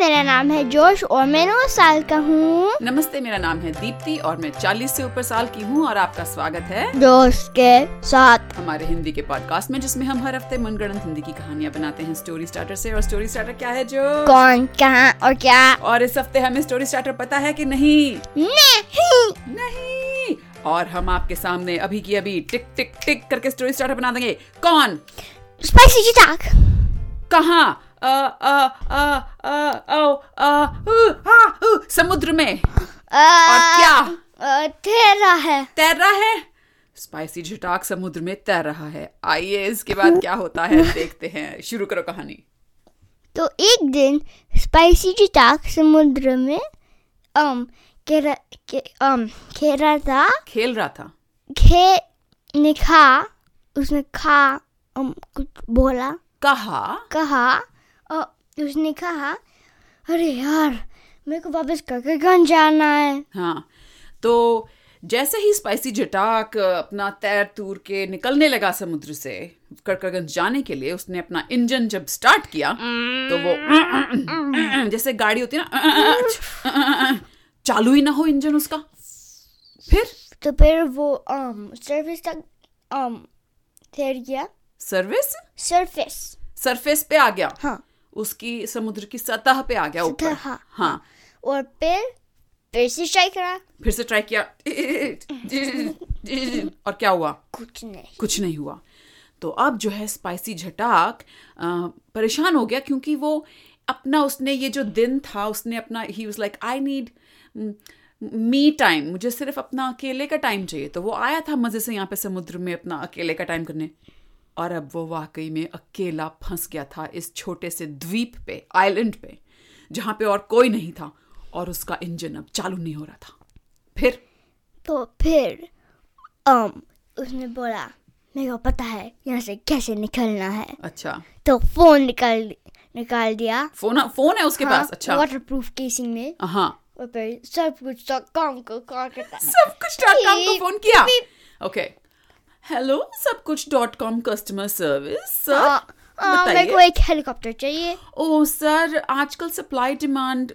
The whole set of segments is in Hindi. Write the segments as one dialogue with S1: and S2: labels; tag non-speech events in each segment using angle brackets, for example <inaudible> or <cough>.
S1: है जोश और मैं नौ साल का हूँ
S2: नमस्ते मेरा नाम है दीप्ति और मैं 40 से ऊपर साल की हूँ और आपका स्वागत है
S1: जोश के साथ
S2: हमारे हिंदी के पॉडकास्ट में जिसमें हम हर हफ्ते मनगढ़ंत हिंदी की कहानियाँ बनाते हैं स्टोरी स्टार्टर से और स्टोरी स्टार्टर क्या है जो
S1: कौन कहाँ और क्या
S2: और इस हफ्ते हमें स्टोरी स्टार्टर पता है कि नहीं
S1: नहीं
S2: नहीं और हम आपके सामने अभी की अभी टिक टिक टिक करके स्टोरी स्टार्टर बना देंगे कौन
S1: स्पाइसी चिटाक
S2: कहाँ अ, अ, अ, अ, अ, अ, उ, हा, उ, समुद्र में और क्या
S1: तेरा है
S2: तैर रहा है स्पाइसी झटाक समुद्र में तैर रहा है आइए इसके बाद क्या होता है देखते हैं शुरू करो कहानी
S1: तो एक दिन स्पाइसी चिटाक समुद्र में अम खेरा के, अम खेरा था
S2: खेल रहा था
S1: खे ने खा उसने खा अम कुछ बोला
S2: कहा
S1: कहा और उसने कहा अरे यार मेरे को वापस काकागंज जाना है
S2: हाँ तो जैसे ही स्पाइसी जटाक अपना तैर तूर के निकलने लगा समुद्र से कड़कड़गंज जाने के लिए उसने अपना इंजन जब स्टार्ट किया तो वो जैसे गाड़ी होती है ना चालू ही ना हो इंजन उसका फिर
S1: तो फिर वो अम सर्विस तक अम तैर गया
S2: सर्विस
S1: सरफेस
S2: सरफेस पे आ गया
S1: हाँ
S2: उसकी समुद्र की सतह पे आ गया ऊपर
S1: सतह, हाँ।
S2: हाँ
S1: और फिर फिर से ट्राई करा
S2: फिर से ट्राई किया <laughs> और क्या हुआ
S1: कुछ नहीं
S2: कुछ नहीं हुआ तो अब जो है स्पाइसी झटाक अ, परेशान हो गया क्योंकि वो अपना उसने ये जो दिन था उसने अपना ही was like I need me time mm, मुझे सिर्फ अपना अकेले का टाइम चाहिए तो वो आया था मज़े से यहाँ पे समुद्र में अपना अकेले का टाइम करने और अब वो वाकई में अकेला फंस गया था इस छोटे से द्वीप पे आइलैंड पे जहाँ पे और कोई नहीं था और उसका इंजन अब चालू नहीं हो रहा था फिर
S1: तो फिर अम उसने बोला मेरे को पता है यहाँ से कैसे निकलना है
S2: अच्छा
S1: तो फोन निकाल निकाल दिया
S2: फोन फोन है उसके
S1: हाँ,
S2: पास अच्छा
S1: वाटर प्रूफ केसिंग में
S2: हाँ
S1: और फिर सब कुछ सब काम को काम करता
S2: सब कुछ डॉट कॉम को
S1: Beep,
S2: फोन किया
S1: beep.
S2: ओके हेलो सब कुछ डॉट कॉम कस्टमर सर्विस
S1: आ,
S2: सर
S1: आ, मेरे को
S2: बताइए।
S1: एक हेलीकॉप्टर चाहिए
S2: ओ सर Oh, आजकल सप्लाई डिमांड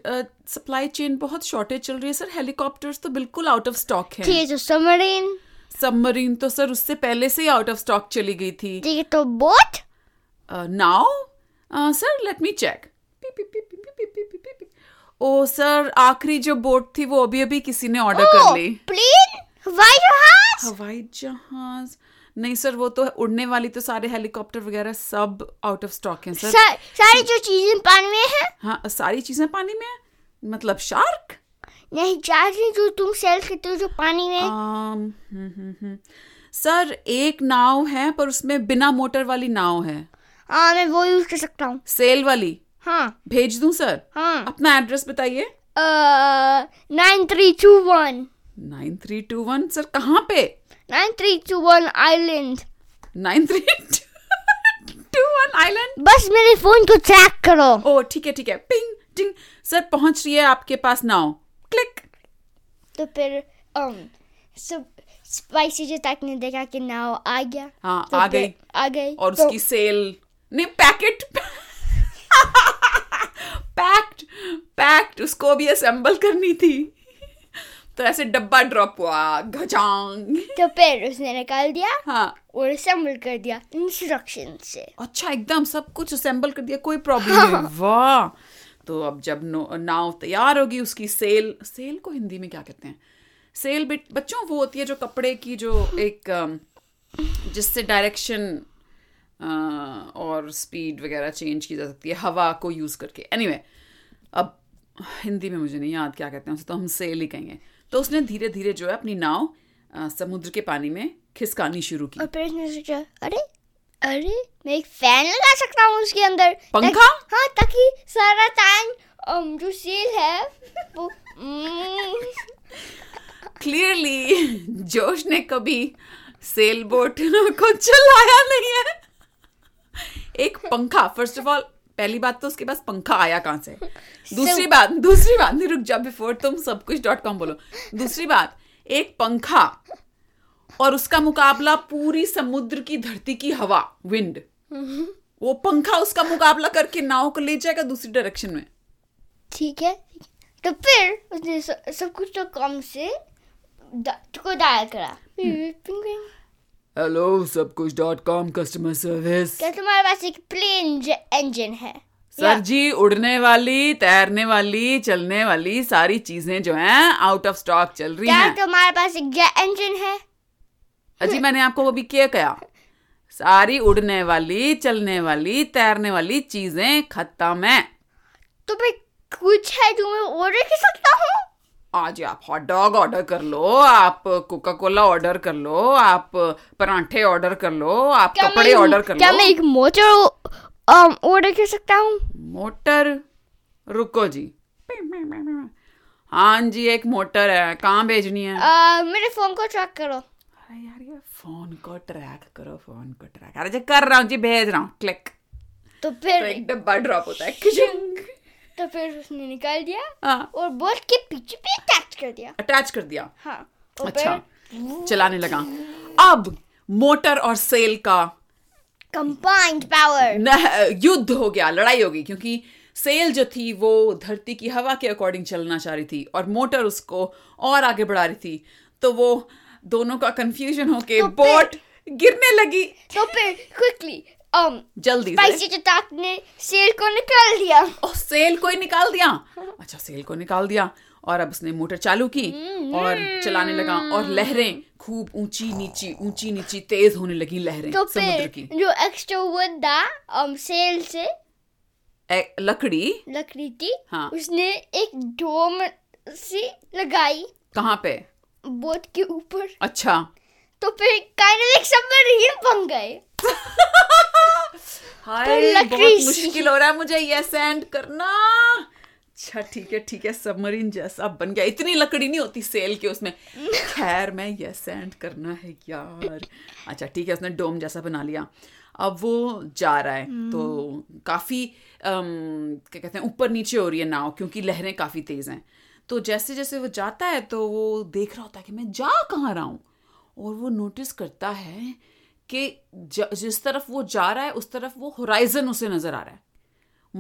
S2: सप्लाई चेन बहुत शॉर्टेज चल रही है सर हेलीकॉप्टर्स तो बिल्कुल आउट ऑफ स्टॉक
S1: ठीक
S2: है
S1: है तो सबमरीन
S2: सबमरीन तो सर उससे पहले से ही आउट ऑफ स्टॉक चली गई थी
S1: ठीक है तो boat
S2: now sir let me check oh sir Oh, आखिरी जो बोट थी वो अभी अभी किसी ने ऑर्डर
S1: Oh!
S2: कर ली
S1: प्लेन हवाई जहाज
S2: हवाई जहाज नहीं सर वो तो उड़ने वाली तो सारे हेलीकॉप्टर वगैरह सब आउट ऑफ स्टॉक हैं सर
S1: सा- सारी जो चीजें पानी में है
S2: हाँ सारी चीजें पानी में हैं मतलब शार्क
S1: नहीं चार्जिंग जो तुम सेल करते हो जो पानी में
S2: Um, हम्म, सर एक नाव है पर उसमें बिना मोटर वाली नाव है
S1: हाँ मैं वो यूज कर सकता हूँ
S2: सेल वाली
S1: हाँ
S2: भेज दूं सर
S1: हाँ
S2: अपना एड्रेस बताइए
S1: nine three two one
S2: nine three two one sir कहाँ पे
S1: nine three two one island
S2: nine three two one island
S1: बस मेरे फोन को ट्रैक करो
S2: ओ ठीक है ठीक है पिंग टिंग सर पहुंच रही है आपके पास नाव क्लिक
S1: तो फिर um, सब स्पाइसी जो तक ने देखा कि नाव आ गया
S2: हाँ,
S1: तो
S2: आ
S1: फिर
S2: गई।
S1: आ गई
S2: और
S1: तो
S2: उसकी सेल नहीं <laughs> पैकेट पैक्ड पैक्ड उसको भी असेंबल करनी थी तो ऐसे डब्बा ड्रॉप हुआ घचांग
S1: तो फिर उसने निकाल दिया
S2: हाँ
S1: और असेंबल कर दिया इंस्ट्रक्शन से
S2: अच्छा एकदम सब कुछ असेंबल कर दिया कोई प्रॉब्लम नहीं वाह तो अब जब नो- नाव तैयार होगी उसकी सेल सेल को हिंदी में क्या कहते हैं सेल बिट बच्चों वो होती है जो कपड़े की जो एक अम, जिससे डायरेक्शन और स्पीड वगैरह चेंज की जा सकती है हवा को यूज़ करके एनीवे anyway, अब हिंदी में मुझे नहीं याद क्या कहते हैं उसे तो हम सेल ही कहेंगे तो उसने धीरे धीरे जो है अपनी नाव अ, समुद्र के पानी में खिसकानी शुरू की
S1: और फिर उसने सोचा अरे अरे मैं एक फैन लगा सकता हूँ उसके अंदर
S2: पंखा?
S1: ताकि- हाँ ताकि सारा टाइम um, जो सील है वो mm,
S2: क्लियरली जोश ने कभी सेल बोट को चलाया नहीं है एक पंखा फर्स्ट ऑफ ऑल पहली बात तो उसके पास पंखा आया कहाँ से दूसरी बात दूसरी बात नहीं रुक जा बिफोर तुम सब कुछ डॉट कॉम बोलो दूसरी बात एक पंखा और उसका मुकाबला पूरी समुद्र की धरती की हवा विंड वो पंखा उसका मुकाबला करके नाव को ले जाएगा दूसरी डायरेक्शन में
S1: ठीक है तो फिर उसने स- सब कुछ तो कम से डा- को डायल करा Hmm, ping, ping, ping.
S2: Hello सब कुछ डॉट कॉम कस्टमर सर्विस
S1: क्या तुम्हारे पास एक प्लेन इंजन है
S2: सर जी उड़ने वाली तैरने वाली चलने वाली सारी चीजें जो हैं आउट ऑफ स्टॉक चल रही
S1: क्या
S2: हैं
S1: तुम्हारे पास एक जेट इंजन है
S2: अजी मैंने आपको अभी क्या कहा सारी उड़ने वाली चलने वाली तैरने वाली चीजें खत्म है
S1: तो फिर कुछ है जो मैं ऑर्डर कर सकता हूँ
S2: आज आप हॉट डॉग ऑर्डर कर लो आप कोका कोला ऑर्डर कर लो आप परांठे ऑर्डर कर लो आप
S1: क्या
S2: कपड़े
S1: मैं
S2: ऑर्डर कर
S1: क्या
S2: लो
S1: मैं एक मोटर ऑर्डर कर सकता हूँ
S2: Hmm. मोटर रुको जी हाँ जी एक मोटर है कहाँ भेजनी है
S1: अ, Uh, मेरे फोन को ट्रैक करो
S2: अरे यार ये फोन को ट्रैक करो फोन को ट्रैक अरे जी कर रहा हूँ जी भेज रहा हूँ क्लिक
S1: तो
S2: तो
S1: फिर
S2: एक डब्बा ड्रॉप होता है खिशुंग।
S1: <laughs> तो फिर उसने निकाल दिया
S2: हाँ
S1: और बोर्ड के पीछे भी अटैच कर दिया
S2: अटैच कर दिया
S1: हाँ और
S2: अच्छा
S1: फिर
S2: चलाने लगा अब मोटर और सेल का
S1: कंबाइंड पावर
S2: न- युद्ध हो गया लड़ाई होगी क्योंकि सेल जो थी वो धरती की हवा के अकॉर्डिंग चलना चाह रही थी और मोटर उसको और आगे बढ़ा रही थी तो वो दोनों का कंफ्यूजन होके
S1: तो फिर-
S2: बोट गिरने लगी
S1: तो फिर क्विकली um
S2: जल्दी से
S1: स्पाइसी चटाक ने शेर को निकाल दिया
S2: और सेल को ही निकाल दिया अच्छा सेल को निकाल दिया और अब उसने मोटर चालू की
S1: हम्म,
S2: और चलाने लगा और लहरें खूब ऊंची नीची ऊंची नीची तेज होने लगी लहरें
S1: तो
S2: समुद्र की
S1: फिर जो एक्स्ट्रा वुड था um सेल से
S2: ए, लकड़ी
S1: लकड़ी थी
S2: हाँ।
S1: उसने एक डोम सी लगाई
S2: कहाँ पे
S1: बोट के ऊपर
S2: अच्छा
S1: तो फिर काइंड ऑफ एक सबमरीन बन गए
S2: हाय
S1: लकड़ी
S2: बहुत
S1: सी।
S2: मुश्किल हो रहा है मुझे ये सेंड करना अच्छा ठीक है ठीक है सबमरीन जैसा बन गया इतनी लकड़ी नहीं होती सेल के उसमें खैर मैं ये सेंड करना है यार अच्छा ठीक है उसने डोम जैसा बना लिया अब वो जा रहा है तो काफी अम, क्या कहते हैं ऊपर नीचे हो रही है नाव क्योंकि लहरें काफी तेज हैं तो जैसे जैसे वो जाता है तो वो देख रहा होता है कि मैं जा कहाँ रहा हूँ और वो नोटिस करता है कि ज- जिस तरफ वो जा रहा है उस तरफ वो होराइजन उसे नजर आ रहा है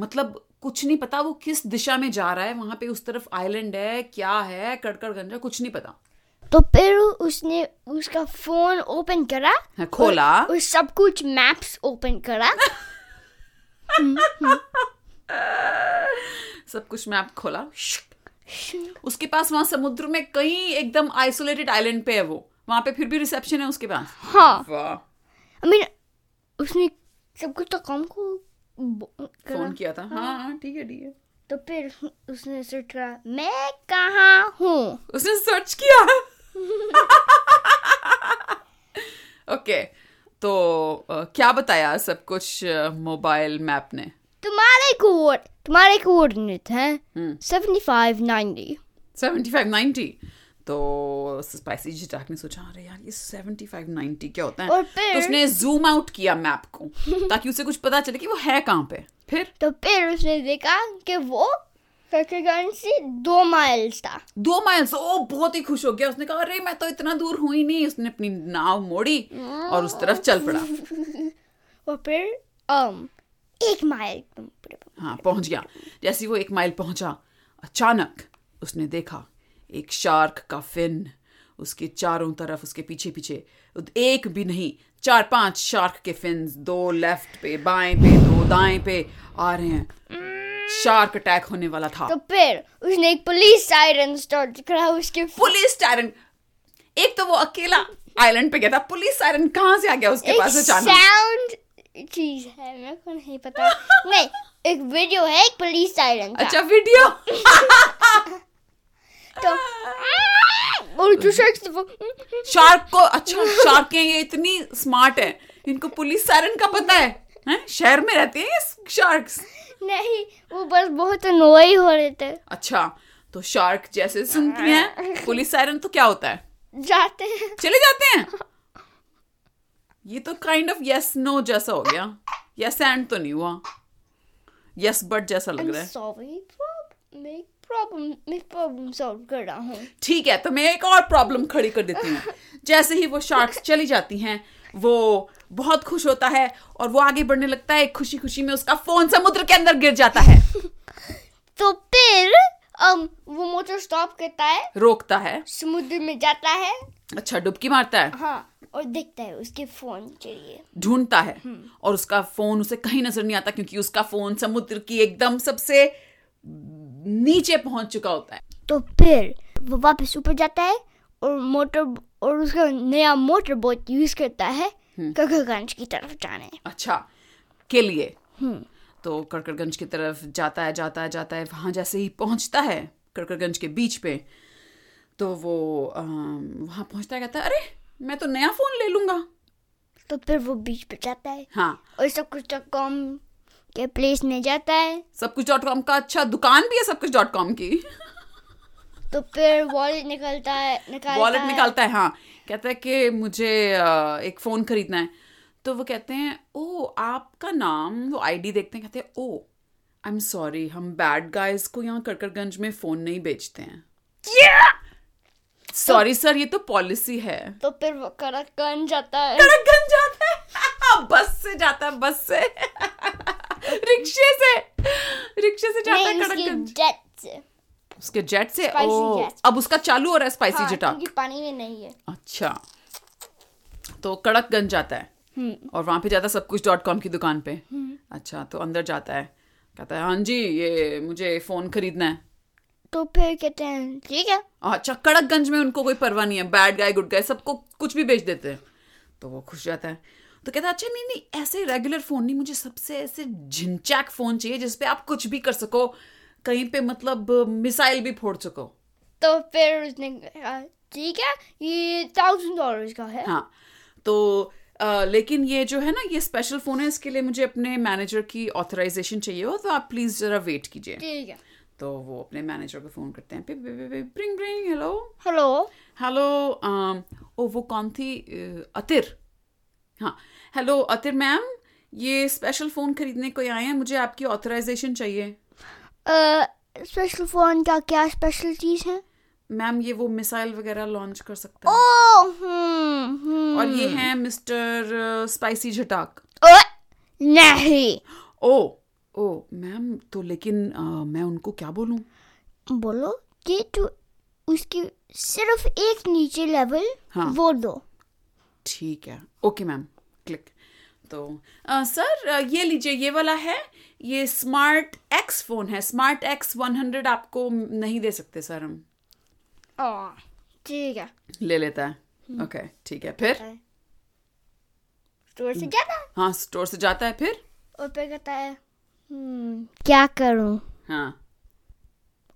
S2: मतलब कुछ नहीं पता वो किस दिशा में जा रहा है वहां पे उस तरफ आइलैंड है क्या है कड़कड़गंज है कुछ नहीं पता
S1: तो फिर उसने उसका फोन ओपन करा
S2: हाँ, खोला
S1: और सब कुछ मैप्स ओपन करा
S2: सब कुछ मैप खोला शुक। उसके पास वहां समुद्र में कई एकदम आइसोलेटेड आइलैंड पे है वो वहां पे फिर भी रिसेप्शन है उसके पास
S1: हाँ
S2: वाह
S1: आई मीन उसने सब कुछ तो काम को ब- करा
S2: फोन किया था हाँ हाँ, ठीक है ठीक है
S1: तो फिर उसने सर्च करा मैं कहाँ हूँ
S2: उसने सर्च किया <laughs> ओके तो अ, क्या बताया सब कुछ अ, मोबाइल मैप ने
S1: तुम्हारे कोड तुम्हारे कोऑर्डिनेट हैं
S2: हम्म।
S1: Seventy five ninety
S2: seventy five ninety तो स्पाइसी जिटाक ने सोचा अरे यार ये सेवेंटी फाइव नाइन्टी क्या होता है
S1: और फिर-
S2: तो उसने जूम आउट किया मैप
S1: <laughs>
S2: को ताकि उसे कुछ पता चले कि वो है कहाँ पे फिर
S1: तो फिर उसने देखा कि वो ककरगंज से दो माइल्स था
S2: दो माइल्स ओ बहुत ही खुश हो गया उसने कहा अरे मैं तो इतना दूर हुई नहीं उसने अपनी नाव मोड़ी और उस तरफ चल पड़ा
S1: और फिर um, एक माइल
S2: हाँ पहुंच गया जैसे ही वो एक माइल पहुंचा अचानक उसने देखा एक शार्क का फिन उसके चारों तरफ उसके पीछे पीछे एक भी नहीं चार पांच शार्क के फिन दो लेफ्ट पे बाएं पे दो दाएं पे आ रहे हैं शार्क अटैक होने वाला था
S1: तो फिर उसने एक पुलिस सायरन स्टार्ट करा उसके
S2: पुलिस सायरन एक तो वो अकेला आइलैंड पे गया था पुलिस सायरन कहाँ से आ गया उसके
S1: एक
S2: पास अचानक
S1: साउंड चीज है मेरे को नहीं पता
S2: <laughs>
S1: नहीं एक वीडियो है एक पुलिस सायरन का
S2: अच्छा वीडियो
S1: तो और जो शख्स वो
S2: शार्क को अच्छा शार्क हैं ये इतनी स्मार्ट है इनको पुलिस सायरन का पता है हैं शहर में रहते हैं शार्क्स
S1: नहीं वो बस बहुत अनोई हो रहे थे
S2: अच्छा तो शार्क जैसे सुनती हैं पुलिस सायरन तो क्या होता है
S1: जाते हैं
S2: चले जाते हैं ये तो काइंड ऑफ यस नो जैसा हो गया यस एंड तो नहीं हुआ यस बट जैसा लग रहा है
S1: सॉरी मैं प्रॉब्लम मैं प्रॉब्लम सॉल्व कर रहा हूँ
S2: ठीक है तो मैं एक और प्रॉब्लम खड़ी कर देती हूँ जैसे ही वो शार्क्स चली जाती हैं वो बहुत खुश होता है और वो आगे बढ़ने लगता है खुशी खुशी में उसका फोन समुद्र के अंदर गिर जाता है
S1: तो फिर um, वो मोटर स्टॉप करता है
S2: रोकता है
S1: समुद्र में जाता है
S2: अच्छा डुबकी मारता है
S1: हाँ और देखता है उसके फोन के लिए
S2: ढूंढता है और उसका फोन उसे कहीं नजर नहीं आता क्योंकि उसका फोन समुद्र की एकदम सबसे नीचे पहुंच चुका होता है
S1: तो फिर वो वापस ऊपर जाता है और मोटर और उसका नया मोटर बोट यूज करता है
S2: हम्म।
S1: ककरगंज की तरफ जाने
S2: अच्छा के लिए तो कड़कड़गंज की तरफ जाता है जाता है जाता है वहां जैसे ही पहुंचता है कड़कड़गंज के बीच पे तो वो वहां पहुंचता है कहता है अरे मैं तो नया फोन ले लूंगा
S1: तो फिर वो बीच पे जाता है
S2: हाँ
S1: और सब कुछ डॉट कॉम के प्लेस में जाता है
S2: सब कुछ डॉट कॉम का अच्छा दुकान भी है सब कुछ डॉट कॉम की
S1: तो फिर वॉलेट निकलता है निकालता
S2: वॉलेट
S1: है।
S2: निकालता है हाँ कहता है कि मुझे अ, एक फ़ोन खरीदना है तो वो कहते हैं ओ आपका नाम वो आईडी देखते हैं कहते हैं ओ आई एम सॉरी हम बैड गाइज को यहाँ कड़कड़गंज में फ़ोन नहीं बेचते हैं सॉरी सर ये तो पॉलिसी है
S1: तो फिर वो कड़कगंज जाता है
S2: कड़कगंज जाता है हाँ, बस से जाता है बस से रिक्शे से रिक्शे से जाता है
S1: नहीं, उसकी
S2: कड़कगंज
S1: जेट से
S2: उसके जेट से
S1: Spicy
S2: ओ
S1: jet।
S2: अब उसका चालू हो रहा है स्पाइसी
S1: हाँ,
S2: जटा
S1: क्योंकि पानी में नहीं है
S2: अच्छा तो कड़कगंज जाता है
S1: हम्म।
S2: और वहां पे जाता है सब कुछ डॉट कॉम की दुकान पे अच्छा तो अंदर जाता है कहता है हाँ जी ये मुझे फोन खरीदना है
S1: तो फिर कहते हैं ठीक है
S2: अच्छा कड़कगंज में उनको कोई परवाह नहीं है बैड गाय गुड गाय सबको कुछ भी बेच देते हैं तो वो खुश रहता है तो कहता है अच्छा नहीं नहीं ऐसे रेगुलर फोन नहीं मुझे सबसे ऐसे झिनचैक फोन चाहिए जिसपे आप कुछ भी कर सको कहीं पे मतलब मिसाइल भी फोड़ सको
S1: तो फिर उसने कहा ठीक है ये थाउजेंड डॉलर का है
S2: हाँ तो अ, लेकिन ये जो है ना ये स्पेशल फोन है इसके लिए मुझे अपने मैनेजर की ऑथराइजेशन चाहिए हो तो आप प्लीज जरा वेट कीजिए
S1: ठीक है
S2: तो वो अपने मैनेजर को फोन करते हैं ब्रिंग ब्रिंग hello
S1: hello
S2: hello um, um, ओ वो कौन थी अ, अतिर हाँ हेलो अतिर मैम ये स्पेशल फोन खरीदने को आए हैं मुझे आपकी ऑथराइजेशन चाहिए
S1: स्पेशल फोन का क्या स्पेशल चीज है
S2: मैम ये वो मिसाइल वगैरह लॉन्च कर सकता है
S1: ओ हम्म, हम्म।
S2: और ये है मिस्टर स्पाइसी झटाक
S1: ओ, नहीं
S2: ओ ओ मैम तो लेकिन अ, मैं उनको क्या बोलूं
S1: बोलो कि तू उसकी सिर्फ एक नीचे लेवल
S2: हाँ।
S1: वो दो
S2: ठीक है ओके मैम क्लिक तो अ, सर अ, ये लीजिए ये वाला है ये स्मार्ट एक्स फोन है स्मार्ट एक्स वन हंड्रेड आपको नहीं दे सकते सर हम
S1: ओ, ठीक है
S2: ले लेता है ओके ठीक है फिर
S1: स्टोर से जाता है
S2: हाँ स्टोर से जाता है फिर
S1: और फिर कहता है "हम्म, क्या करूं
S2: हाँ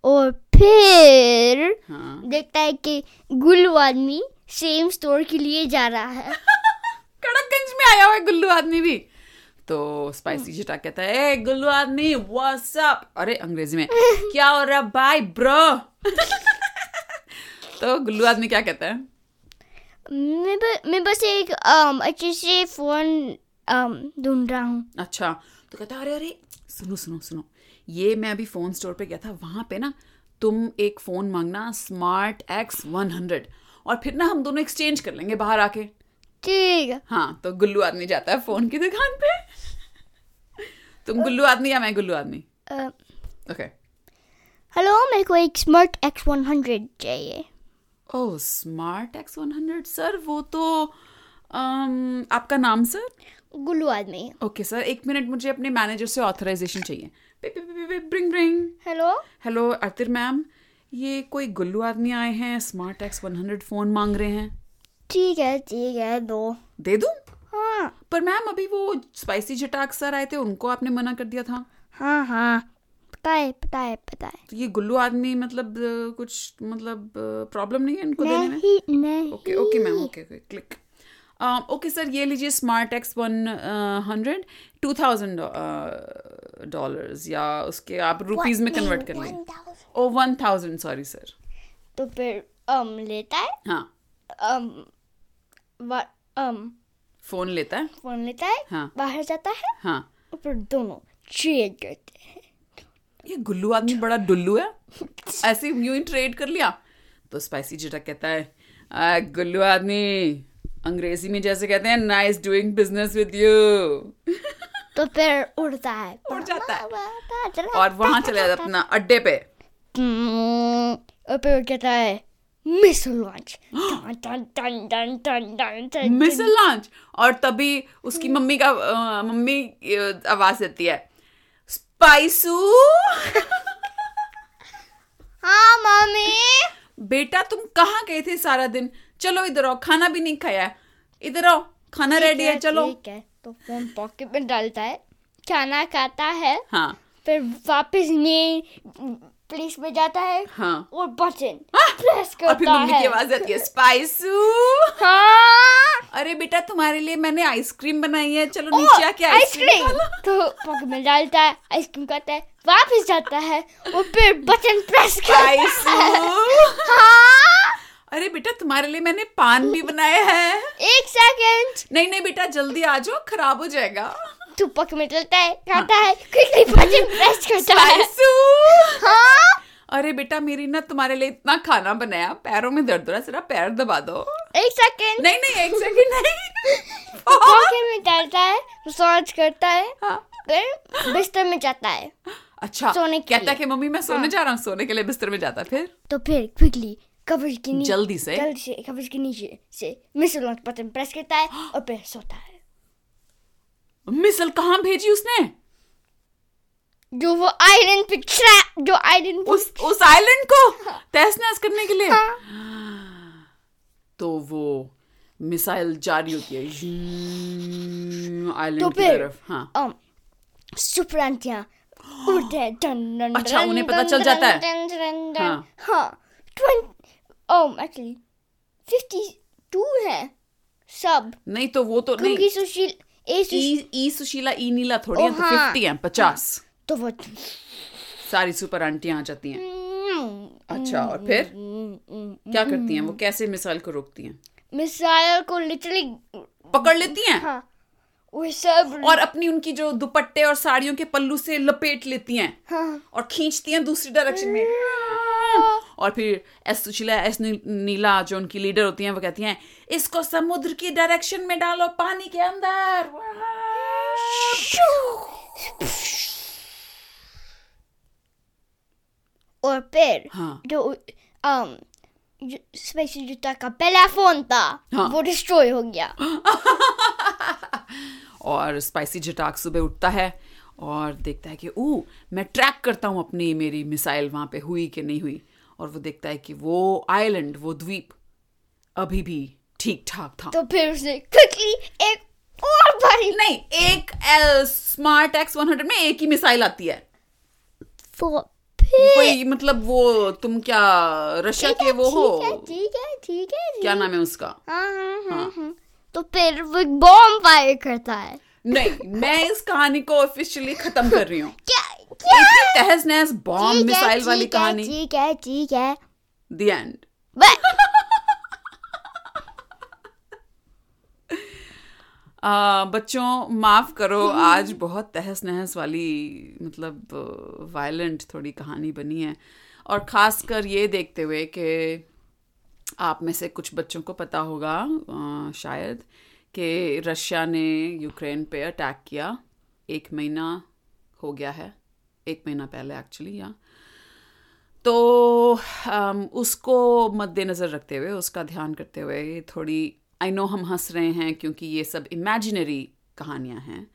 S1: और फिर
S2: हाँ
S1: देखता है कि गुल्लू आदमी सेम स्टोर के लिए जा रहा है
S2: कड़कगंज में आया हुआ है गुल्लू आदमी भी तो स्पाइसी चिटा कहता है ए गुल्लू आदमी व्हाट्स अप अरे अंग्रेजी में क्या हो रहा है भाई ब्रो <laughs> तो गुल्लू आदमी क्या कहता है
S1: मैं ब- मैं बस एक अम, अच्छे से फोन अम, ढूंढ रहा हूँ
S2: अच्छा तो कहता है अरे अरे सुनो सुनो सुनो ये मैं अभी फोन स्टोर पे गया था वहां पे ना तुम एक फोन मांगना स्मार्ट एक्स वन हंड्रेड और फिर ना हम दोनों एक्सचेंज कर लेंगे बाहर आके
S1: ठीक है
S2: हाँ तो गुल्लू आदमी जाता है फोन की दुकान पे तुम गुल्लू आदमी या मैं गुल्लू आदमी
S1: अ,
S2: ओके
S1: हेलो मेरे को एक स्मार्ट एक्स वन हंड्रेड चाहिए
S2: oh smart X one hundred sir वो तो अम, आपका नाम सर
S1: गुल्लू आदमी
S2: ओके सर एक मिनट मुझे अपने मैनेजर से ऑथराइजेशन चाहिए पे- पे- पे- पे- ब्रिंग ब्रिंग
S1: हेलो
S2: हेलो अर्तिर मैम ये कोई गुल्लू आदमी आए हैं smart X one hundred phone मांग रहे हैं
S1: ठीक है ठीक है दो
S2: दे दूं
S1: हाँ
S2: पर मैम अभी वो स्पाइसी जटाक सर आए थे उनको आपने मना कर दिया था
S1: हाँ हाँ पता है पता है पता है
S2: तो ये गुल्लू आदमी मतलब अ, कुछ मतलब प्रॉब्लम नहीं है इनको देने में
S1: नहीं नहीं
S2: okay okay ma'am okay okay click okay sir Um, ये लीजिए smart X one hundred two thousand dollars या उसके आप रुपीज में कन्वर्ट कर लें
S1: 1000
S2: Oh, oh one thousand sorry sir
S1: तो फिर अम लेता है
S2: हाँ
S1: अम वा- अम
S2: फोन लेता है
S1: फोन लेता है
S2: हाँ।
S1: बाहर जाता है
S2: हाँ
S1: और फिर दोनों ट्रेड करते हैं
S2: ये गुल्लू आदमी बड़ा डुल्लू है ऐसे ही यूं ही ट्रेड कर लिया तो स्पाइसी जिटा कहता है "आ, गुल्लू आदमी अंग्रेजी में जैसे कहते हैं nice doing business with you
S1: तो फिर उड़ता है
S2: उड़ जाता है।
S1: है
S2: और वहां चले जाता अपना अड्डे पे
S1: हम्म, और फिर वो कहता है मिसल
S2: <gasps>
S1: लॉन्च टन टन टन टन टन टन
S2: मिसल लॉन्च और तभी उसकी मम्मी का अ, मम्मी अ, आवाज देती है स्पाइसू
S1: हाँ मम्मी
S2: बेटा तुम कहाँ गए थे सारा दिन चलो इधर आओ खाना भी नहीं खाया है। इधर आओ खाना रेडी है चलो
S1: ठीक है तो फोन पॉकेट में डालता है खाना खाता है
S2: हाँ
S1: फिर वापस में पुलिस में जाता है
S2: हाँ
S1: और बटन
S2: हाँ।
S1: प्रेस
S2: और फिर
S1: करता
S2: मम्मी
S1: है
S2: की आवाज आती है स्पाइसू
S1: हाँ
S2: अरे बेटा तुम्हारे लिए मैंने आइसक्रीम बनाई है चलो
S1: ओ,
S2: नीचे आके आइसक्रीम
S1: आइसक्रीम
S2: खा लो।
S1: तो पॉकेट में डालता है आइसक्रीम खाता है वापस जाता है और फिर बटन
S2: <laughs>
S1: प्रेस करता है
S2: स्पाइसू
S1: हाँ
S2: अरे बेटा तुम्हारे लिए मैंने पान भी बनाया है
S1: एक सेकंड
S2: नहीं नहीं बेटा जल्दी आ जाओ खराब हो
S1: <laughs>
S2: जाएगा
S1: तो पॉकेट में डालता है खाता है क्विकली बटन प्रेस करता है
S2: स्पाइसू
S1: हाँ
S2: अरे बेटा मेरी ना तुम्हारे लिए इतना खाना बनाया पैरों में दर्द हो रहा है जरा पैर दबा दो
S1: एक सेकंड
S2: नहीं नहीं एक सेकंड नहीं <laughs>
S1: पॉकेट में डालता है मसाज करता है
S2: हाँ।
S1: फिर बिस्तर में जाता है
S2: अच्छा
S1: सोने के
S2: कहता
S1: लिए। हाँ।
S2: है कि मम्मी मैं सोने जा रहा हूँ सोने के लिए बिस्तर में जाता है, फिर
S1: तो फिर क्विकली कवर के नीचे
S2: जल्दी से
S1: जल्दी से कवर के नीचे से मिस्टर लॉन्च बटन प्रेस करता है और फिर सोता है
S2: मिसल कहाँ भेजी उसने
S1: जो वो आयरन पे ट्रैप जो आयरन पे
S2: उस उस आइलैंड को तहस नहस करने के लिए
S1: हाँ।
S2: तो वो मिसाइल जारी होती है
S1: तो
S2: आइलैंड की
S1: फिर-
S2: तरफ हाँ
S1: um, हाँ। सुपर आंटियां उड़ते हैं डन डन
S2: अच्छा, उन्हें पता चल जाता है।
S1: डन डन डन
S2: हाँ।
S1: हाँ um actually 52 है सब
S2: नहीं तो वो तो नहीं
S1: क्योंकि सुशील ए सुशील
S2: ई ई सुशीला ई नीला थोड़ी है
S1: ओ,
S2: तो
S1: हाँ।
S2: फिफ्टी है पचास
S1: तो वो
S2: सारी सुपर आंटियां आ जाती हैं
S1: Hmm,
S2: अच्छा और फिर क्या करती हैं वो कैसे मिसाइल को रोकती हैं
S1: मिसाइल को लिटरली
S2: पकड़ लेती हैं
S1: हाँ वो सब
S2: और अपनी उनकी जो दुपट्टे और साड़ियों के पल्लू से लपेट लेती हैं
S1: हाँ
S2: और खींचती हैं दूसरी डायरेक्शन में और फिर एस सुशीला एस नी- नीला जो उनकी लीडर होती हैं वो कहती हैं इसको समुद्र की डायरेक्शन में डालो पानी के अंदर
S1: और फिर
S2: हाँ।
S1: जो um, जो स्पेशल जूता का पहला फोन था
S2: हाँ।
S1: वो डिस्ट्रॉय हो गया
S2: और स्पाइसी जटाक सुबह उठता है और देखता है कि ओ मैं ट्रैक करता हूँ अपनी मेरी मिसाइल वहाँ पे हुई कि नहीं हुई और वो देखता है कि वो आइलैंड वो द्वीप अभी भी ठीक ठाक था
S1: तो फिर उसने क्विकली एक और बड़ी
S2: नहीं एक स्मार्ट एक्स 100 में एक ही मिसाइल आती है
S1: वो फिर
S2: कोई मतलब वो तुम क्या रशिया
S1: ठीक
S2: के
S1: है
S2: वो हो
S1: ठीक है ठीक है ठीक है ठीक-
S2: क्या नाम है उसका
S1: हाँ हाँ हाँ हाँ तो फिर वो एक बॉम्ब फायर करता है
S2: नहीं मैं इस कहानी को ऑफिशियली खत्म कर <laughs> रही हूँ
S1: क्या क्या
S2: इतनी तहस नहस बॉम्ब
S1: ठीक है,
S2: मिसाइल वाली
S1: ठीक है,
S2: कहानी
S1: ठीक है ठीक है
S2: द एंड <laughs>
S1: बस
S2: Uh, बच्चों माफ करो आज बहुत तहस नहस वाली मतलब वायलेंट थोड़ी कहानी बनी है और खास कर ये देखते हुए कि आप में से कुछ बच्चों को पता होगा अ, शायद कि रशिया ने यूक्रेन पे अटैक किया एक महीना हो गया है एक महीना पहले एक्चुअली या तो अम, उसको मद्देनज़र रखते हुए उसका ध्यान करते हुए थोड़ी आई नो हम हंस रहे हैं क्योंकि ये सब इमेजिनरी कहानियां हैं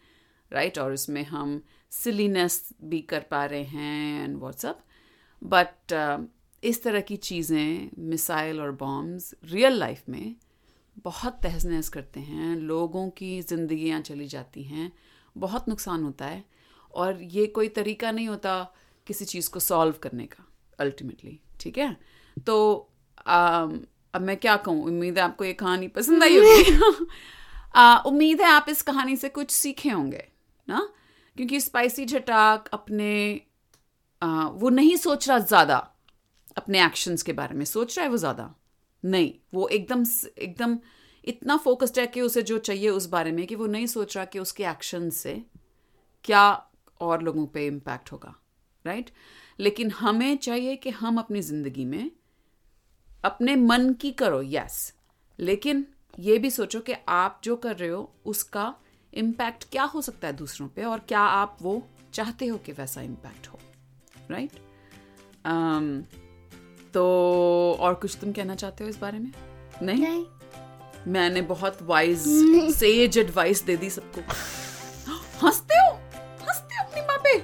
S2: राइट और इसमें हम सिलीनेस भी कर पा रहे हैं एंड व्हाट्सअप बट uh, इस तरह की चीज़ें मिसाइल और बॉम्ब्स रियल लाइफ में बहुत तहस नहस करते हैं लोगों की ज़िंदगियाँ चली जाती हैं बहुत नुकसान होता है और ये कोई तरीका नहीं होता किसी चीज़ को सॉल्व करने का अल्टीमेटली ठीक है तो अम, अब मैं क्या कहूँ उम्मीद है आपको ये कहानी पसंद आई होगी <laughs> अ, उम्मीद है आप इस कहानी से कुछ सीखे होंगे ना क्योंकि स्पाइसी झटाक अपने आ, वो नहीं सोच रहा ज़्यादा अपने एक्शंस के बारे में सोच रहा है वो ज़्यादा नहीं वो एकदम स- एकदम इतना फोकस्ड है कि उसे जो चाहिए उस बारे में कि वो नहीं सोच रहा कि उसके एक्शन से क्या और लोगों पे इम्पैक्ट होगा राइट लेकिन हमें चाहिए कि हम अपनी ज़िंदगी में अपने मन की करो यस लेकिन ये भी सोचो कि आप जो कर रहे हो उसका इम्पैक्ट क्या हो सकता है दूसरों पे और क्या आप वो चाहते हो कि वैसा इम्पैक्ट हो राइट अम, Um, तो और कुछ तुम कहना चाहते हो इस बारे में नहीं
S1: नहीं
S2: मैंने बहुत वाइज सेज एडवाइस दे दी सबको हंसते हो हंसते हो अपनी माँ पे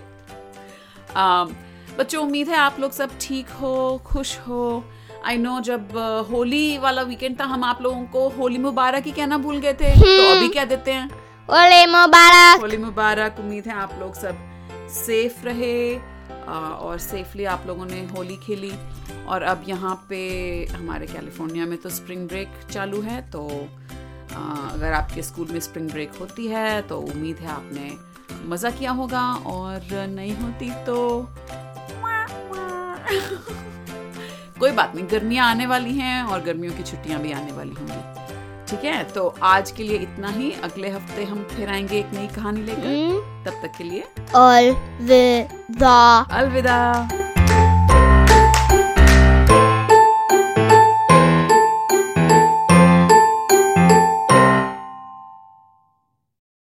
S2: um, बच्चों उम्मीद है आप लोग सब ठीक हो खुश हो आई नो जब अ, होली वाला वीकेंड था हम आप लोगों को होली मुबारक ही कहना भूल गए थे तो अभी क्या देते हैं
S1: ओले मुबारक
S2: होली मुबारक उम्मीद है आप लोग सब सेफ रहे अ, और सेफली आप लोगों ने होली खेली और अब यहाँ पे हमारे कैलिफोर्निया में तो स्प्रिंग ब्रेक चालू है तो अ, अगर आपके स्कूल में स्प्रिंग ब्रेक होती है तो उम्मीद है आपने मज़ा किया होगा और नहीं होती तो कोई बात नहीं गर्मियाँ आने वाली हैं और गर्मियों की छुट्टियाँ भी आने वाली होंगी ठीक है तो आज के लिए इतना ही अगले हफ्ते हम फिर आएंगे एक नई कहानी लेकर तब तक के लिए
S1: ऑल विदा
S2: अलविदा